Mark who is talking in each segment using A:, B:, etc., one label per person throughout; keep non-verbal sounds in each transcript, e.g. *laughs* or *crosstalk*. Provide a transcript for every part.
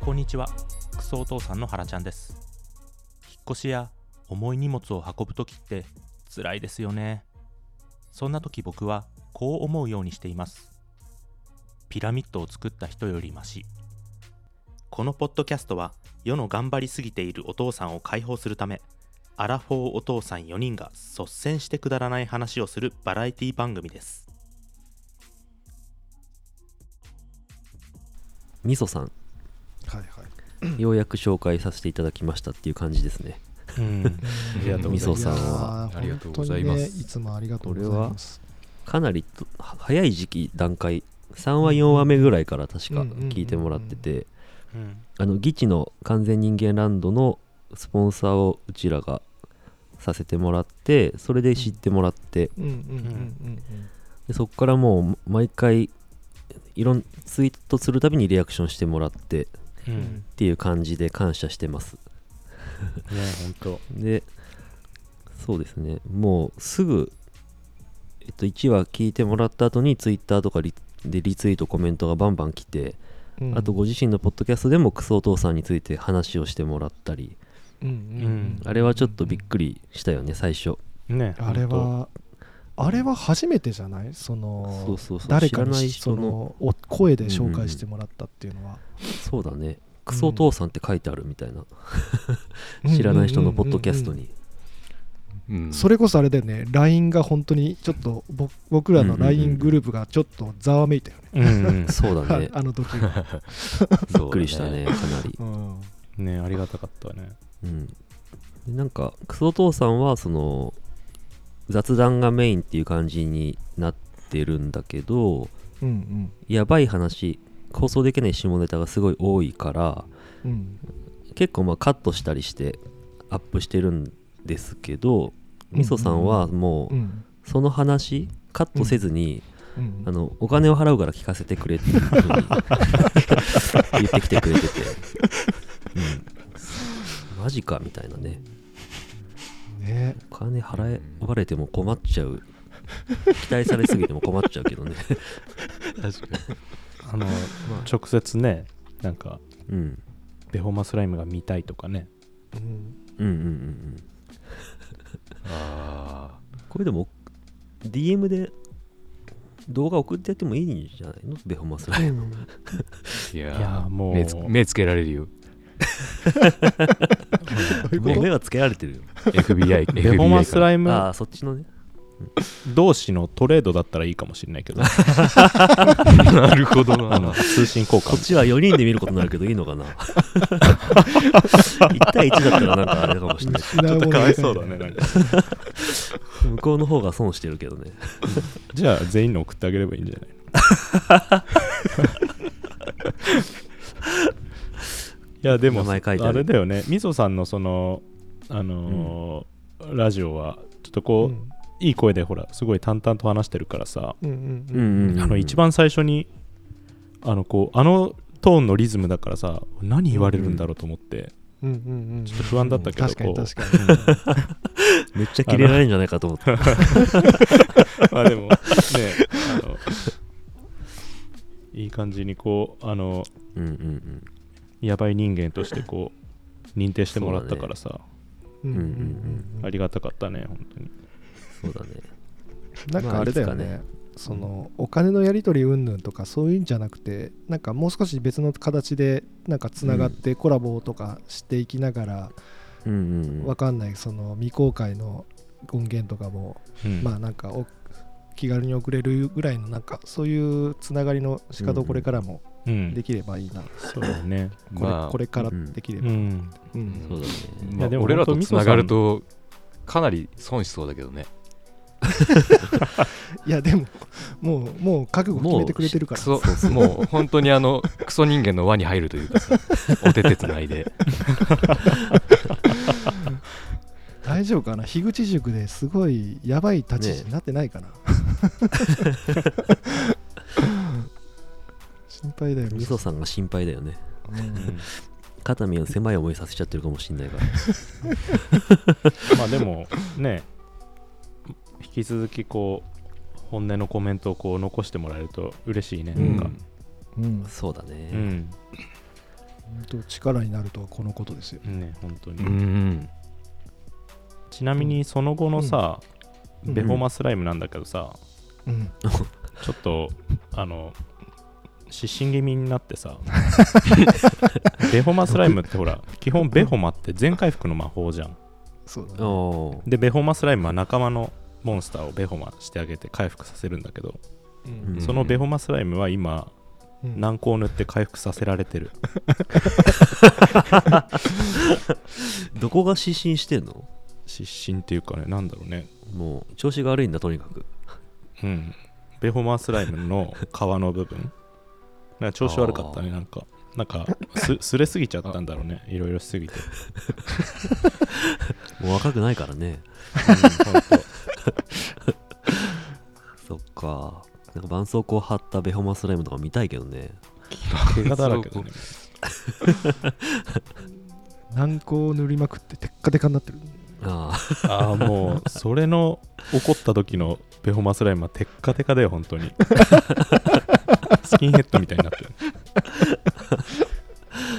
A: こんにちはクソお父さんの原ちゃんです引っ越しや重い荷物を運ぶ時って辛いですよねそんな時僕はこう思うようにしていますピラミッドを作った人よりマシこのポッドキャストは世の頑張りすぎているお父さんを解放するためアラフォーお父さん4人が率先してくだらない話をするバラエティ番組です
B: みそさん、
C: はいはい。
B: ようやく紹介させていただきましたっていう感じですね。
D: ありがとうござい
B: みそ
D: ま
B: 父
D: す。
B: さんはい
C: やー
D: ありがとうございます
C: 本当にねいつもありがとうございます。
B: かなりとは早い時期、段階、3話、4話目ぐらいから確か
C: うんうんうんうん
B: 聞いてもらってて、
A: うん
B: あの、ギチの完全人間ランドのスポンサーをうちらがさせてもらって、それで知ってもらって、
C: うんうんうん
B: でそこからもう毎回、いろんツイートするたびにリアクションしてもらってっ
A: う
C: うんん
B: ていう感じで感謝してます。
D: ね、本当。
B: でそうですねもうすぐ、えっと、1話聞いてもらった後にツイッターとかリでリツイートコメントがバンバン来て、
C: うん。
B: あとご自身のポッドキャストでもクソお父さんについて話をしてもらったり、
C: うんうんうん、
B: あれはちょっとびっくりしたよね最初
A: ね
C: あれは、あれは初めてじゃないその、
B: そうそうそう
C: 誰
B: 知
C: からに
B: ない
C: そ
B: 人の
C: のお声で紹介してもらったっていうのは。
B: そうだねクソお父さんって書いてあるみたいな、知らない人のポッドキャスト
C: うんうんうん
B: に
D: うん
C: それこそあれだよね、LINE が本当にちょっとぼ僕らの
B: うんうんうん
C: LINE グループがちょっとざわめいたよね。
A: うん
B: そうだ
C: *laughs*
B: ね
C: あの
B: *laughs*
C: 時は。
B: びっくりしたねかなり
C: うん
A: ねありがたかったね
B: うん、でなんかクソ父さんはその雑談がメインっていう感じになってるんだけど
C: うん
B: やばい話放送できない下ネタがすごい多いから
C: うんうん
B: 結構まあカットしたりしてアップしてるんですけど
C: うん
B: みそさんはも
C: う
B: うんその話カットせずに、
C: うん
B: あのお金を払うから聞かせてくれっていうふう
C: *laughs*
B: に言ってきてくれてて、うん、マジかみたいなね
C: ね
B: お金払われても困っちゃう *laughs* 期待されすぎても困っちゃうけどね *laughs*
A: あ *laughs* の直接ねなんか
B: うん
A: ベホマスライムが見たいとかね
C: う
B: うん
C: ん
B: うんうんうん
D: ああ。
B: これでも DM で動画送ってやってもいいんじゃないのベホマスライム
D: いや
A: いやー
D: ー
A: もう
D: 目つ目つけられるよ。
B: もう目がつけられてるよ
A: *laughs*
D: FBI、FBI
A: ベホマス
D: イ
A: ライム
B: ああそっちのね
A: 同士のトレードだったらいいかもしれないけ
B: *laughs*
A: ど
D: ム。なるほど
A: あの
D: な。
A: 通信交
B: こっ
A: 換
B: ちは4人で見ることになるけどいいのかな *laughs* 1対1だったらなんかあれかもしれない
C: 失うものが
A: なんか
B: 向こうの方が損してるけどね
A: じゃあ全員の送ってあげればいいんじゃないのいやでも
B: 名前書いてあ
A: あ
B: る
A: れだよねみそさんのそのあのーラジオはちょっとこう、いい声でほらすごい淡々と話してるからさ、
C: うんう
B: うんんうん、
A: あの一番最初にあのこうあのトーンのリズムだからさ何言われるんだろうと思って、
C: うんうんうんうん
A: ちょっと不安だったけど、
C: 確かに
A: こう
C: 確かに
B: めっちゃキレられるんじゃないかと思った
A: まあでもねあのいい感じにこうあの
B: うんうん
A: やばい人間としてこう認定してもらったからさ、
C: うんうんうんうん
A: *laughs* ありがたかったね本当に
B: うんそうだね
C: なんかあれだよ
B: まあいつ
C: ねそのお金のやり取り云々とかそういうんじゃなくてなんかもう少し別の形でなんかつながってコラボとかしていきながら
B: うんうんうん
C: わかんないその未公開の音源とかも
A: うん
C: まあなんかお気軽に送れるぐらいのなんかそういうつながりの仕方をこれからも
A: うん
C: できればいいな
A: そうだね
C: これ
D: まあ
C: これからできれ
A: う
C: ば
A: ん
C: うん
B: そうだね
A: い
D: ま
A: や
D: あ
A: でも
D: 俺ら
A: 本
D: と
A: 当
D: つながると、かなり損しそうだけどね。
C: いやでももうもう覚悟決めてくれてるから
D: もうクソもう本当にあの、クソ人間の輪に入るという
A: *laughs*
D: かさ、お手手つないで。
C: 大丈夫かな樋口塾ですごいやばい立ち位置になってない
B: *laughs*
C: かな、心配だよ
B: みそさんが心配だよね
A: うん
B: 肩身を狭い思いさせちゃってるかもしんないから
C: *laughs*
A: まあでもね引き続きこう本音のコメントをこう残してもらえると嬉しいね、
B: うん
A: なんか
C: うん
B: そうだね、
A: うん
C: うんと力になるとはこのことですよ。
A: ね本当に、
D: うん
A: ちなみにその後のさ、
C: うん
A: ベホマスライムなんだけどさ、
C: うん、
A: ちょっとあの失神気味になってさベホマスライムってほら基本ベホマって全回復の魔法じゃん
C: そうだね。
B: おー
A: でベホマスライムは仲間のモンスターをベホマしてあげて回復させるんだけど、
C: うん
B: ん
A: そのベホマスライムは今
C: うん
A: 軟膏塗って回復させられてる
B: どこが失神してんの
A: 失神っていうかねなんだろうね
B: もう調子が悪いんだとにかく
A: うんベホマスライムの皮の部分なんか調子悪かったねなんかなんかす *laughs* すれすぎちゃったんだろうねいろいろしすぎて
B: もう若くないからね
A: うんほんと
B: *laughs* そっかなんか絆創膏貼ったベホマスライムとか見たいけどね
A: 怪我だらけだね
C: 軟膏を塗りまくってテッカテカになってる。
B: ああ
A: ああもうそれの怒った時のベホマスライムはテッカテカだよ本当 *laughs* にスキンヘッドみたいになってる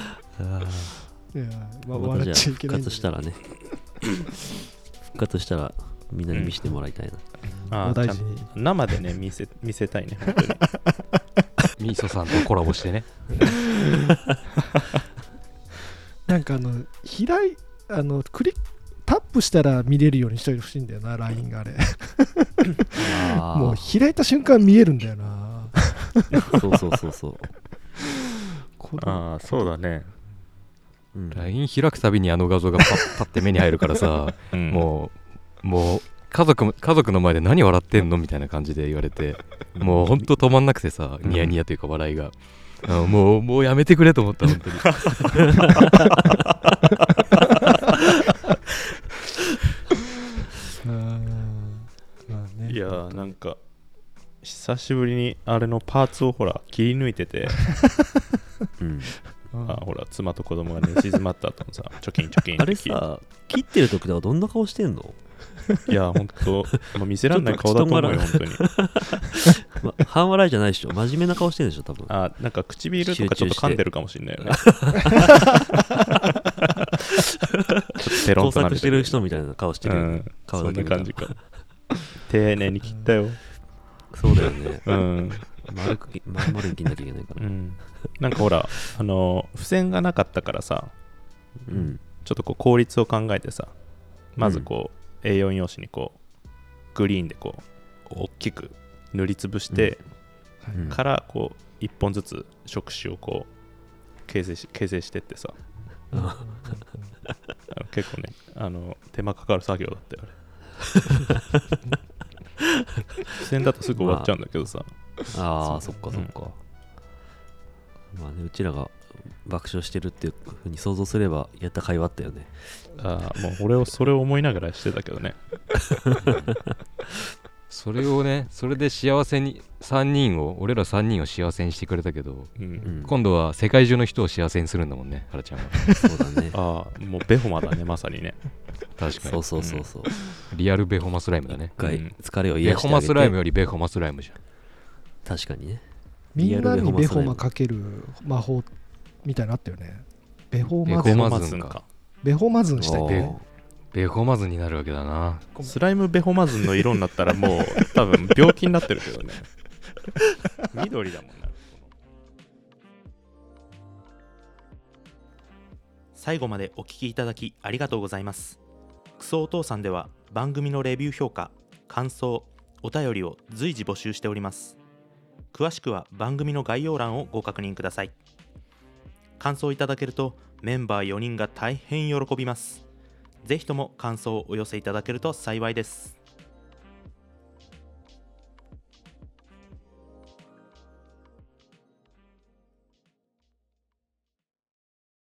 C: いやー、ま
B: ま
C: あ、
B: た
C: 笑
B: じゃ
C: っ
B: あ
C: ちゃいけ
B: 復
C: ないん
B: 活
C: だけ
B: し
C: ど。
B: たらね復活したらみんなに見せてもらいたいな、
A: あ
C: お
A: あ
C: 大
A: ちゃん
C: 事に。
A: 生でね見せ見せたいね本当に
D: ミーソさんとコラボしてね
C: なんかあの、開い、あの、クリック、タップしたら見れるようにしといてほしいんだよな、LINE があれ。
B: ああ
C: *laughs* もう開いた瞬間見えるんだよな。 *laughs*
B: そうそうそうそう、
C: この
A: ああそうだね、
B: うん
C: *laughs*
D: LINE 開くたびにあの画像がパッ立って目に入るからさ
A: うん
D: もうもう家族も家族の前で何笑ってんのみたいな感じで言われてもうほんと止まんなくてさニヤニヤというか笑いが、あもうもうやめてくれと思った本当に *laughs*
C: あーまあね
A: いやーなんか久しぶりにあれのパーツをほら切り抜いてて
B: うん
A: あーほら妻と子供が寝静まった後の
B: *laughs*
A: さチョキンチョキンって
B: あれさ切ってる時とかどんな顔してんの、
A: いやーほんともう見せらんない顔だと思うよ
B: ちょ
A: 本当に
B: ま、半笑いじゃないでしょ真面目な顔してるでしょ多分
A: あーなんか唇とかちょっと噛んでるかもしんないよねちょっとペロ
B: 工
A: ンとな
B: 作
A: る
B: してる人みたいな顔してるよね、
A: うん
B: 顔
A: そ
B: だ
A: んな
B: け見たら
A: 感じか丁寧に切ったよ
B: そうだよね
A: うん、
B: 丸くき丸々に切んなきゃいけないから
A: うん、なんかほらあのー付箋がなかったからさ
B: うん
A: ちょっとこう効率を考えてさまずこう、A4 用紙にこうグリーンでこう大きく塗りつぶして、
B: うん
A: からこう1本ずつ触手をこう形成し形成してってさ
C: うんうんうん
A: あの結構ねあの手間かかる作業だったよ
B: *laughs*
A: あれ付箋だとすぐ終わっちゃうんだけどさ、
B: ああそっかそっか、まあねうちらが爆笑してるっていうふうに想像すればやった会話あったよね
A: あーもう俺をそれを思いながらしてたけどね
D: それをねそれで幸せに3人を俺ら3人を幸せにしてくれたけど
A: うん、
B: うん
D: 今度は世界中の人を幸せにするんだもんね原ちゃんは
B: そう
A: *laughs*
B: だね
A: ああもうベホマだねまさにね
D: 確か
B: そ
D: に
B: うそうそうそう一
D: リアルベホマスライムだね
B: 回
A: うん
B: 疲れを
D: ベ
B: 癒して
D: ホ
B: あ
D: マ
B: げ
D: スライム
B: て
D: よりベホマスライムじゃん
B: 確かにね
C: みんなにベ
B: リアルベホ
C: ホ
B: マ
C: マ
B: ス
C: かける魔法みたいなのあったよね。ベホマ
D: ベ
C: ズ
D: ホ
C: ン。
D: マズンか
C: ベホマズンした
B: お
C: よね。
B: ー
D: ベホマズンになるわけだな
A: スライムベホマズンの色になったらもう多分病気になってるけどね緑だもんな最後までお聞きいただきありがとうございますクソお父さんでは番組のレビュー評価感想お便りを随時募集しております詳しくは番組の概要欄をご確認ください感想いただけるとメンバー4人が大変喜びますぜひとも感想をお寄せいただけると幸いです。